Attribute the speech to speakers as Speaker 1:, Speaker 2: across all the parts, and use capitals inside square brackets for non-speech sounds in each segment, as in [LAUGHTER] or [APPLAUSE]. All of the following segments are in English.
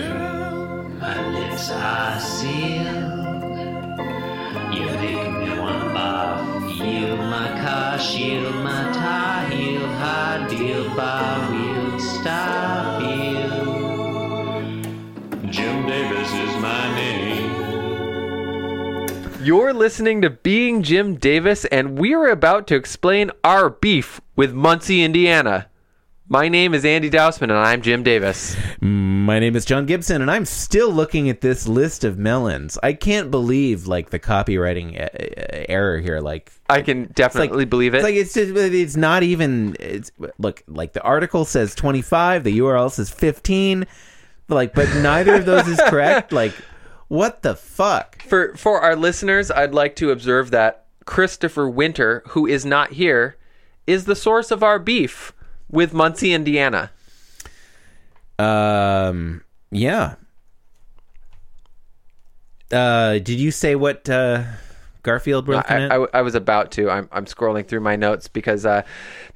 Speaker 1: Girl, my lips are sealed. You make me wanna barf. Yield my car, shield my tie, heel, high deal, bar wheel, stop you. Jim Davis is my name.
Speaker 2: You're listening to Being Jim Davis, and we're about to explain our beef with Muncie, Indiana. My name is Andy Dousman, and I'm Jim Davis.
Speaker 3: My name is John Gibson, and I'm still looking at this list of melons. I can't believe like the copywriting uh, error here. Like,
Speaker 2: I can definitely believe it.
Speaker 3: it's like it's just it's not even. It's look like the article says 25, the URL says 15, like, but neither of
Speaker 2: [LAUGHS]
Speaker 3: those is correct. Like, what the fuck?
Speaker 2: for for our listeners, I'd like to observe that Christopher Winter, who is not here, is the source of our beef with Muncie, Indiana.
Speaker 3: Um, yeah. Uh, did you say what uh, Garfield broke in?
Speaker 2: I, I- I was about to. I'm, I'm scrolling through my notes because uh,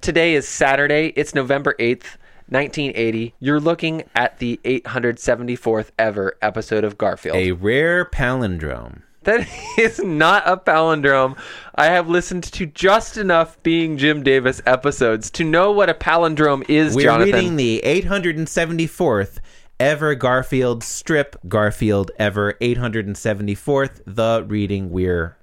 Speaker 2: today is Saturday. It's November 8th, 1980. You're looking at the 874th ever episode of Garfield.
Speaker 3: a rare palindrome.
Speaker 2: That [LAUGHS] is not a palindrome. I have listened to just enough Being Jim Davis episodes to know what a palindrome is,
Speaker 3: We're
Speaker 2: Jonathan.
Speaker 3: reading the 874th ever Garfield strip, Garfield ever 874th, the reading we're.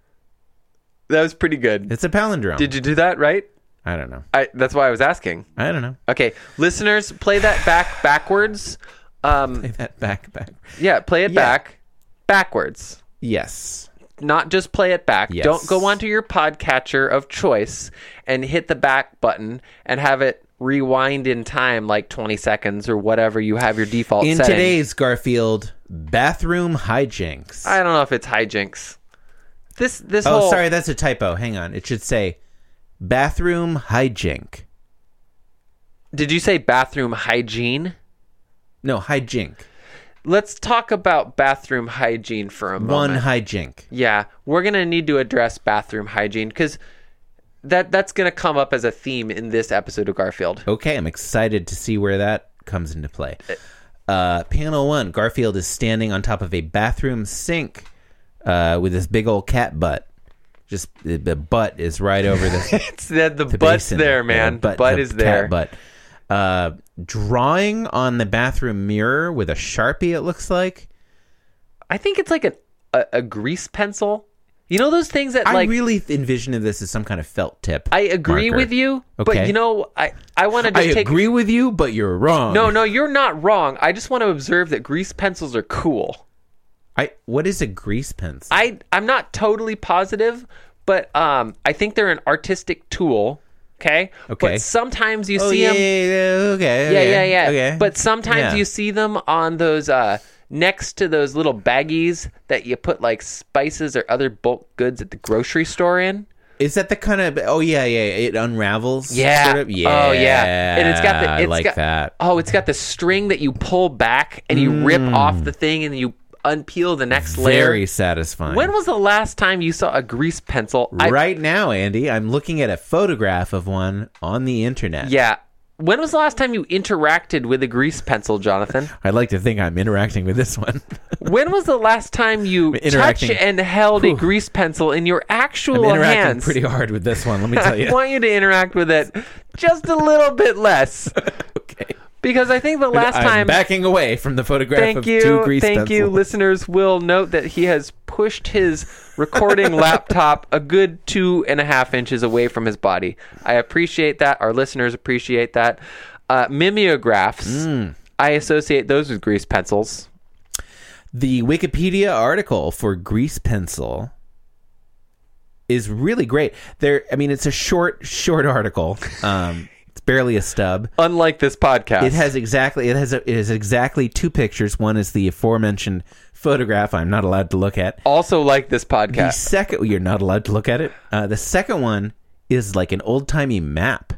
Speaker 2: that was pretty good.
Speaker 3: It's a palindrome.
Speaker 2: Did you do that right?
Speaker 3: I don't know.
Speaker 2: I, that's why I was asking.
Speaker 3: I don't know.
Speaker 2: Okay, listeners, play that back backwards. Um,
Speaker 3: Play that back, back.
Speaker 2: yeah, play it
Speaker 3: Yeah.
Speaker 2: back backwards.
Speaker 3: Yes.
Speaker 2: Not just play it back.
Speaker 3: Yes.
Speaker 2: Don't go onto your podcatcher of choice and hit the back button and have it rewind in time like 20 seconds or whatever you have your default
Speaker 3: In
Speaker 2: setting.
Speaker 3: today's Garfield, bathroom hijinks.
Speaker 2: I don't know if it's hijinks. This this
Speaker 3: oh,
Speaker 2: whole
Speaker 3: sorry, that's a typo. Hang on. It should say bathroom hijink.
Speaker 2: Did you say bathroom hygiene?
Speaker 3: No, hijink.
Speaker 2: Let's talk about bathroom hygiene for a moment.
Speaker 3: One hijink.
Speaker 2: Yeah, we're gonna need to address bathroom hygiene because that that's gonna come up as a theme in this episode of Garfield.
Speaker 3: Okay, I'm excited to see where that comes into play. Uh, panel one Garfield is standing on top of a bathroom sink uh, with his big old cat butt. Just the, the butt is right over the,
Speaker 2: [LAUGHS] It's the, the,
Speaker 3: the
Speaker 2: butt's
Speaker 3: basin.
Speaker 2: there, man.
Speaker 3: The
Speaker 2: butt,
Speaker 3: the
Speaker 2: is there.
Speaker 3: Cat butt. Uh, drawing on the bathroom mirror with a sharpie, it looks like.
Speaker 2: I think it's like a, a a grease pencil. You know those things that like
Speaker 3: I really envision this as some kind of felt tip.
Speaker 2: I agree
Speaker 3: marker.
Speaker 2: with you,
Speaker 3: Okay.
Speaker 2: but you know I I want to
Speaker 3: I
Speaker 2: just take
Speaker 3: agree with you, but you're wrong.
Speaker 2: no no you're not wrong. I just want to observe that grease pencils are cool.
Speaker 3: I, what is a grease pencil?
Speaker 2: I I'm not totally positive, but um I think they're an artistic tool. Okay.
Speaker 3: Okay.
Speaker 2: But sometimes you
Speaker 3: oh,
Speaker 2: see
Speaker 3: yeah,
Speaker 2: them.
Speaker 3: yeah, yeah, okay,
Speaker 2: Yeah, yeah,
Speaker 3: okay,
Speaker 2: yeah.
Speaker 3: Okay.
Speaker 2: But sometimes
Speaker 3: Yeah.
Speaker 2: you see them on those uh, next to those little baggies that you put like spices or other bulk goods at the grocery store in.
Speaker 3: Is that the kind of? Oh yeah, yeah. It unravels.
Speaker 2: Yeah.
Speaker 3: sort of? yeah.
Speaker 2: Oh yeah. And it's got the.
Speaker 3: I
Speaker 2: it's
Speaker 3: like
Speaker 2: got-
Speaker 3: that.
Speaker 2: Oh, it's got the string that you pull back and you rip off the thing and you unpeel the next
Speaker 3: Mm. Very
Speaker 2: layer.
Speaker 3: satisfying.
Speaker 2: When was the last time you saw a grease pencil? I-
Speaker 3: right now, Andy, I'm looking at a photograph of one on the internet.
Speaker 2: yeah. When was the last time you interacted with a grease pencil,
Speaker 3: [LAUGHS]
Speaker 2: Jonathan?
Speaker 3: I'd like to think I'm interacting with this one. [LAUGHS]
Speaker 2: When was the last time you touched
Speaker 3: Interacting.
Speaker 2: and held a grease pencil in your actual
Speaker 3: I'm interacting
Speaker 2: hands? [LAUGHS]
Speaker 3: pretty hard with this one. Let me tell
Speaker 2: I
Speaker 3: you.
Speaker 2: want you to interact with it just a little bit less
Speaker 3: [LAUGHS] okay.
Speaker 2: because I think the last
Speaker 3: I'm
Speaker 2: time.
Speaker 3: backing away from the photograph
Speaker 2: thank
Speaker 3: of two
Speaker 2: you,
Speaker 3: grease
Speaker 2: thank
Speaker 3: pencils. [LAUGHS]
Speaker 2: you. Listeners will note that he has pushed his
Speaker 3: [LAUGHS]
Speaker 2: recording laptop a good two and a half inches away from his body. I appreciate that. Our listeners appreciate that. Uh, mimeographs.
Speaker 3: Mm.
Speaker 2: I associate those with grease pencils.
Speaker 3: The Wikipedia article for grease pencil is really great. There, I mean, it's a short, short article. Um, [LAUGHS] it's barely a stub.
Speaker 2: Unlike this podcast,
Speaker 3: It has exactly it has a, it has exactly two pictures. One is the aforementioned photograph I'm not allowed to look at.
Speaker 2: also like this
Speaker 3: The
Speaker 2: podcast.
Speaker 3: second you're not allowed to look at it. Uh, the second one is like an old timey map.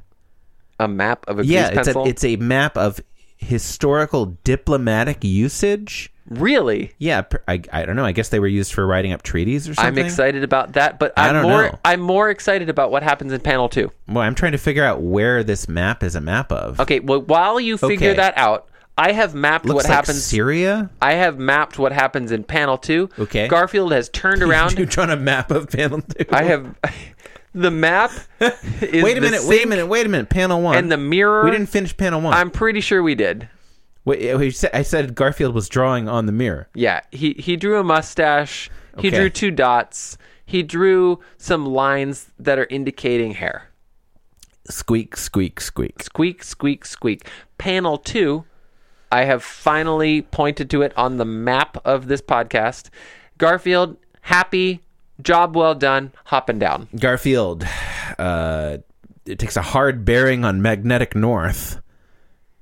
Speaker 2: A map of a
Speaker 3: Yeah,
Speaker 2: grease
Speaker 3: it's a,
Speaker 2: pencil.
Speaker 3: it's a map of historical diplomatic usage.
Speaker 2: really.
Speaker 3: Yeah, pr- I, I don't know. I guess they were used for writing up treaties or something.
Speaker 2: I'm excited about that, but
Speaker 3: I
Speaker 2: I'm
Speaker 3: don't
Speaker 2: more
Speaker 3: know.
Speaker 2: I'm more excited about what happens in panel two.
Speaker 3: Well, I'm trying to figure out where this map is a map of.
Speaker 2: Okay, well while you figure
Speaker 3: Okay.
Speaker 2: that out, I have mapped
Speaker 3: Looks
Speaker 2: what
Speaker 3: like
Speaker 2: happens.
Speaker 3: Syria?
Speaker 2: I have mapped what happens in panel two.
Speaker 3: Okay.
Speaker 2: Garfield has
Speaker 3: [LAUGHS]
Speaker 2: turned
Speaker 3: You're
Speaker 2: around.
Speaker 3: trying to map of panel two.
Speaker 2: [LAUGHS] I have the
Speaker 3: [LAUGHS]
Speaker 2: map. Is
Speaker 3: Wait
Speaker 2: the
Speaker 3: a minute. Wait a
Speaker 2: sink
Speaker 3: minute. Wait a minute. Panel one
Speaker 2: And the mirror.
Speaker 3: We didn't finish panel one.
Speaker 2: I'm pretty sure we did.
Speaker 3: Wait, we said- I said Garfield was drawing on the mirror.
Speaker 2: Yeah, he he drew a mustache. He
Speaker 3: Okay.
Speaker 2: drew two dots. He drew some lines that are indicating hair.
Speaker 3: Squeak, squeak, squeak.
Speaker 2: Squeak, squeak, squeak. Panel two, I have finally pointed to it on the map of this podcast. Garfield, happy, job well done, hopping down.
Speaker 3: Garfield uh, it takes a hard bearing on magnetic north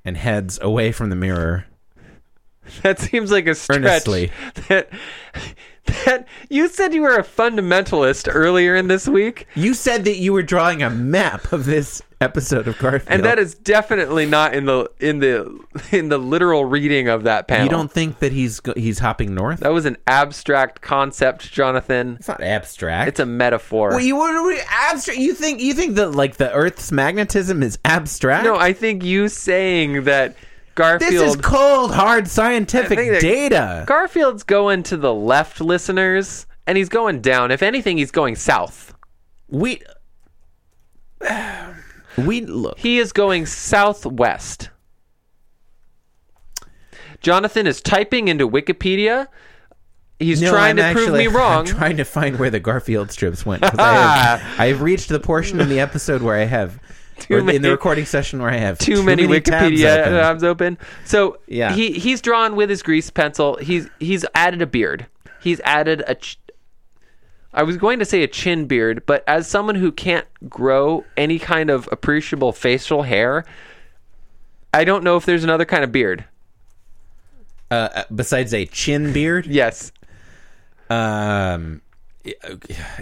Speaker 3: and heads away from the mirror.
Speaker 2: That seems like a stretch.
Speaker 3: Earnestly.
Speaker 2: That, that you said you were a fundamentalist earlier in this week,
Speaker 3: You said that you were drawing a map of this episode of Garfield.
Speaker 2: and that is definitely not in the in the in the literal reading of that panel.
Speaker 3: you don't think that he's go- he's hopping north?
Speaker 2: That was an abstract concept, Jonathan.
Speaker 3: It's not abstract.
Speaker 2: It's a metaphor.
Speaker 3: Well, you were abstract. You think you think that like the Earth's magnetism is abstract?
Speaker 2: no, I think you saying that Garfield
Speaker 3: this is cold, hard scientific
Speaker 2: I think that-
Speaker 3: data.
Speaker 2: Garfield's going to the left, listeners, and he's going down. If anything, he's going south.
Speaker 3: we we look.
Speaker 2: He is going southwest. Jonathan is typing into Wikipedia. He's
Speaker 3: No,
Speaker 2: trying to
Speaker 3: I'm
Speaker 2: prove
Speaker 3: actually- [LAUGHS]
Speaker 2: me wrong.
Speaker 3: I'm trying to find where the Garfield strips went. 'cause
Speaker 2: [LAUGHS]
Speaker 3: I have, I have reached the portion in the episode where I have, or
Speaker 2: many-
Speaker 3: in the recording session where I have
Speaker 2: too, many,
Speaker 3: tabs
Speaker 2: Wikipedia uh,
Speaker 3: open.
Speaker 2: tabs open. So
Speaker 3: Yeah.
Speaker 2: he he's drawn with his grease pencil. He's he's added a beard. He's added a. Ch- I was going to say a chin beard, but as someone who can't grow any kind of appreciable facial hair, I don't know if there's another kind of beard.
Speaker 3: Uh, uh, besides a chin beard,
Speaker 2: Yes,
Speaker 3: um,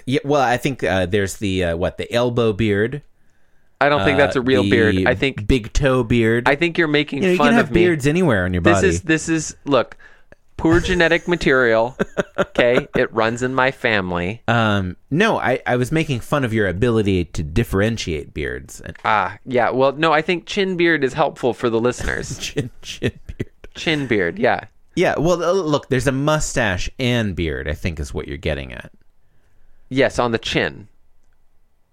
Speaker 3: yeah. Well, I think uh, there's the uh, what the elbow beard.
Speaker 2: I don't think
Speaker 3: uh,
Speaker 2: that's a real
Speaker 3: the
Speaker 2: beard. I think
Speaker 3: big toe beard.
Speaker 2: I think you're making
Speaker 3: you, know, you
Speaker 2: fun
Speaker 3: can have
Speaker 2: of me.
Speaker 3: beards anywhere on your
Speaker 2: this
Speaker 3: body.
Speaker 2: is this is look poor genetic material.
Speaker 3: [LAUGHS]
Speaker 2: Okay, it runs in my family.
Speaker 3: um, no, I, I was making fun of your ability to differentiate beards and [LAUGHS]
Speaker 2: Ah, yeah. Well, no, I think chin beard is helpful for the listeners.
Speaker 3: chin chin beard.
Speaker 2: chin beard, yeah.
Speaker 3: Yeah, well, uh, look, there's a mustache and beard. I think is what you're getting at.
Speaker 2: Yes, on the chin.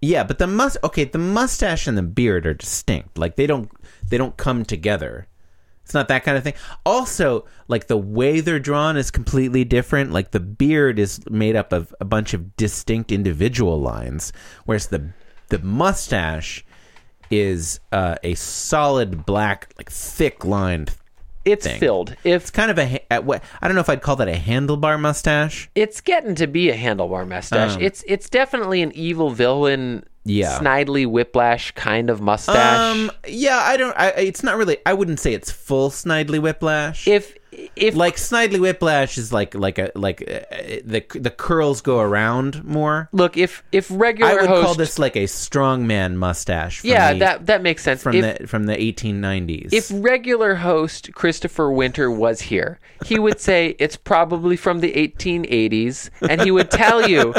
Speaker 3: Yeah, but the must okay, the mustache and the beard are distinct. Like they don't they don't come together. It's not that kind of thing. Also, like the way they're drawn is completely different. Like the beard is made up of a bunch of distinct individual lines, whereas the the mustache is uh, a solid black, like thick lined.
Speaker 2: It's filled. If
Speaker 3: It's kind of a ha- at what I don't know if I'd call that a handlebar mustache.
Speaker 2: it's getting to be a handlebar mustache, it's it's definitely an evil villain,
Speaker 3: Um. Yeah.
Speaker 2: snidely whiplash kind of mustache.
Speaker 3: Um, yeah, I don't. I, it's not really. I wouldn't say it's full Snidely Whiplash.
Speaker 2: if if
Speaker 3: like Snidely Whiplash is like like a like uh, the the curls go around more.
Speaker 2: look if if regular
Speaker 3: I would
Speaker 2: host,
Speaker 3: call this like a strongman mustache. From
Speaker 2: yeah
Speaker 3: the,
Speaker 2: that that makes sense.
Speaker 3: from
Speaker 2: if,
Speaker 3: the from the eighteen nineties.
Speaker 2: if regular host Christopher Winter was here, he would say it's probably from the 1880s, and he would tell
Speaker 3: [LAUGHS]
Speaker 2: you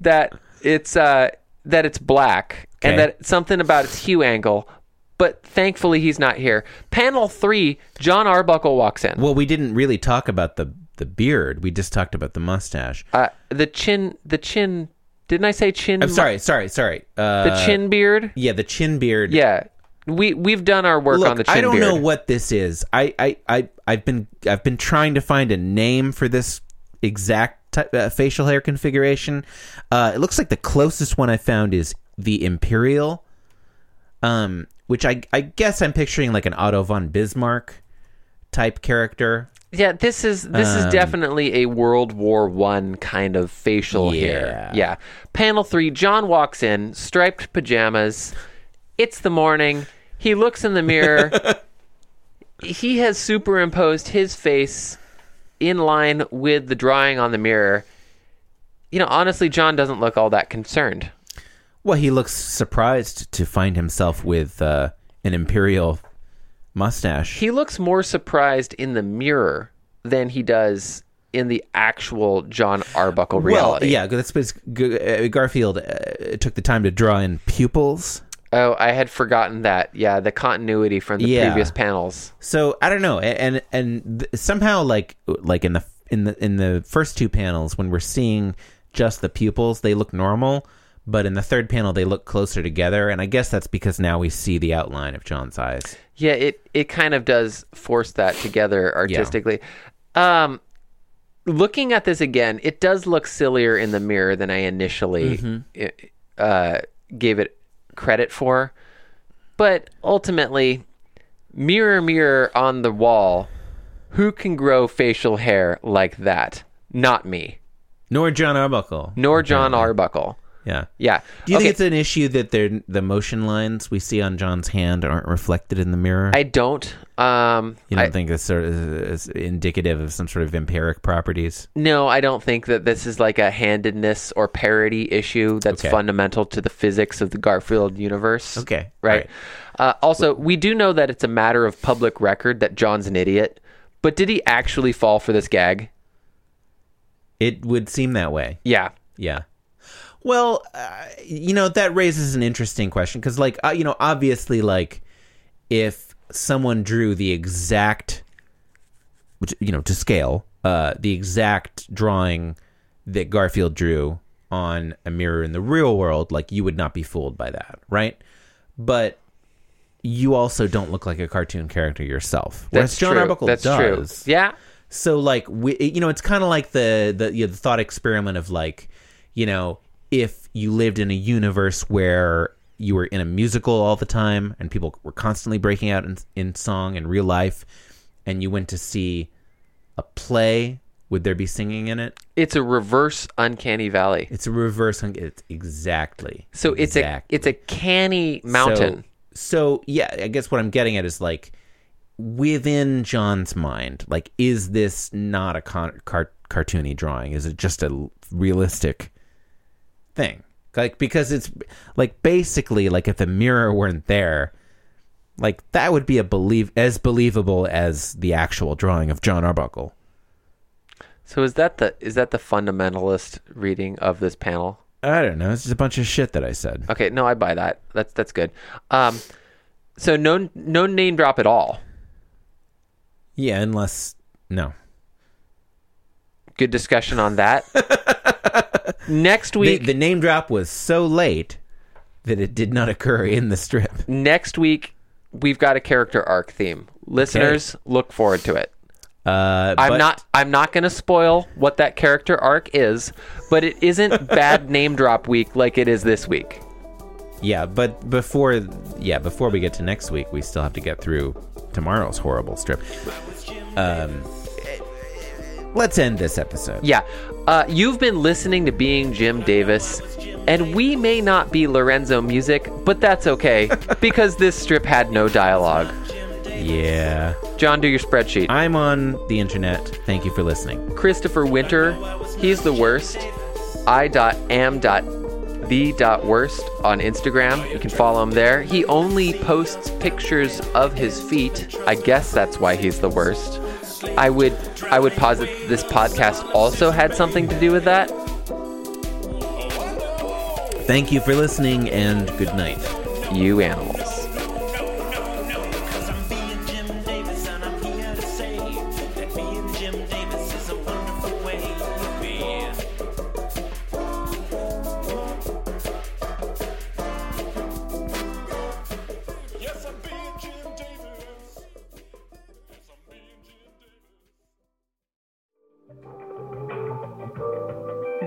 Speaker 2: that it's uh, that it's black and
Speaker 3: Okay.
Speaker 2: that something about its hue angle. But thankfully, he's not here. Panel three, John Arbuckle walks in.
Speaker 3: well, we didn't really talk about the the beard. We just talked about the mustache.
Speaker 2: Uh, the chin, the chin. Didn't I say chin?
Speaker 3: I'm sorry, sorry, sorry. Uh,
Speaker 2: Um, The chin beard.
Speaker 3: Yeah, the chin beard.
Speaker 2: Yeah, we we've done our work
Speaker 3: Look,
Speaker 2: on the chin
Speaker 3: I don't
Speaker 2: beard.
Speaker 3: know what this is. I, I, I, I've been, I've been trying to find a name for this exact type, uh, facial hair configuration. Uh, it looks like the closest one I found is the imperial, um, which I, I guess I'm picturing like an Otto von Bismarck type character.
Speaker 2: Yeah, this is this is definitely a World War One kind of facial hair.
Speaker 3: Yeah.
Speaker 2: Yeah. Panel three, John walks in, striped pajamas. It's the morning. He looks in the mirror. he has superimposed his face in line with the drawing on the mirror. You know, honestly, John doesn't look all that concerned.
Speaker 3: Well, he looks surprised to find himself with uh, an imperial mustache.
Speaker 2: He looks more surprised in the mirror than he does in the actual John Arbuckle reality.
Speaker 3: uh, Well, yeah, that's because Garfield uh, took the time to draw in pupils.
Speaker 2: Oh, I had forgotten that. Yeah, the continuity from the
Speaker 3: Yeah.
Speaker 2: previous panels.
Speaker 3: So I don't know, a- and and th- somehow like like in the in the in the first two panels when we're seeing just the pupils, they look normal, but in the third panel they look closer together, and I guess that's because now we see the outline of John's eyes.
Speaker 2: Yeah, it it kind of does force that together artistically. Um looking at this again, it does look sillier in the mirror than I initially
Speaker 3: Mm-hmm.
Speaker 2: i- uh gave it credit for. But ultimately, mirror mirror on the wall, who can grow facial hair like that? Not me,
Speaker 3: Nor John Arbuckle.
Speaker 2: nor John Arbuckle.
Speaker 3: Yeah.
Speaker 2: Yeah.
Speaker 3: Do you
Speaker 2: Okay.
Speaker 3: think it's an issue that they're, the motion lines we see on John's hand aren't reflected in the mirror?
Speaker 2: I don't um
Speaker 3: you don't
Speaker 2: I-
Speaker 3: think that's sort of is indicative of some sort of empiric properties?
Speaker 2: No, I don't think that this is like a handedness or parity issue that's
Speaker 3: Okay.
Speaker 2: fundamental to the physics of the Garfield universe.
Speaker 3: Okay.
Speaker 2: Right. Uh, also, we do know that it's a matter of public record that John's an idiot, but did he actually fall for this gag?
Speaker 3: It would seem that way.
Speaker 2: Yeah.
Speaker 3: Yeah. Well, uh, you know that raises an interesting question because, like, uh, you know, obviously, like, if someone drew the exact, which you know, to scale, uh, the exact drawing that Garfield drew on a mirror in the real world, like, you would not be fooled by that, right? But you also don't look like a cartoon character yourself. Whereas
Speaker 2: That's
Speaker 3: John
Speaker 2: true.
Speaker 3: Arbuckle
Speaker 2: That's
Speaker 3: does.
Speaker 2: true. Yeah.
Speaker 3: So like we, it- you know, it's kind of like the the, you know, the thought experiment of like, you know, if you lived in a universe where you were in a musical all the time and people were constantly breaking out in, in song in real life, and you went to see a play, would there be singing in it?
Speaker 2: It's a reverse uncanny valley.
Speaker 3: It's a reverse. hung- It's exactly.
Speaker 2: So it's a
Speaker 3: Exactly.
Speaker 2: it's a canny mountain.
Speaker 3: So, so yeah, I guess what I'm getting at is like within John's mind, like is this not a con- car- cartoony drawing? Is it just a l- realistic thing? Like because it's like basically like if the mirror weren't there, like that would be a believe as believable as the actual drawing of John Arbuckle.
Speaker 2: So is that the is that the fundamentalist reading of this panel?
Speaker 3: I don't know. It's just a bunch of shit that I said.
Speaker 2: Okay, no, I buy that. That's that's good. Um, so no no name drop at all.
Speaker 3: Yeah, unless no.
Speaker 2: Good discussion on
Speaker 3: [LAUGHS]
Speaker 2: that. next
Speaker 3: The,
Speaker 2: week,
Speaker 3: the name drop was so late that it did not occur in the strip.
Speaker 2: next week we've got a character arc theme. Listeners, look forward to it.
Speaker 3: Uh,
Speaker 2: I'm
Speaker 3: but-
Speaker 2: not I'm not going to spoil what that character arc is, but it
Speaker 3: [LAUGHS]
Speaker 2: isn't bad name drop week like it is this week.
Speaker 3: Yeah, but before, yeah, before we get to next week, we still have to get through tomorrow's horrible strip. Um, let's end this episode.
Speaker 2: Yeah. Uh, you've been listening to Being Jim Davis, and we may not be Lorenzo music, but that's okay because this strip had no dialogue.
Speaker 3: Yeah,
Speaker 2: John, do your spreadsheet.
Speaker 3: I'm on the internet. Thank you for listening.
Speaker 2: Christopher Winter, he's the worst. I dot am dot the dot worst on Instagram. You can follow him there. He only posts pictures of his feet. I guess that's why he's the worst. I would I would posit this podcast also had something to do with that.
Speaker 3: Thank you for listening, and good night.
Speaker 2: You animals.
Speaker 4: Cause I'm being Jim Davis and I'm here to say that being Jim Davis is a wonderful way to be. Yes, I'm being Jim Davis. Yes, I'm being Jim Davis.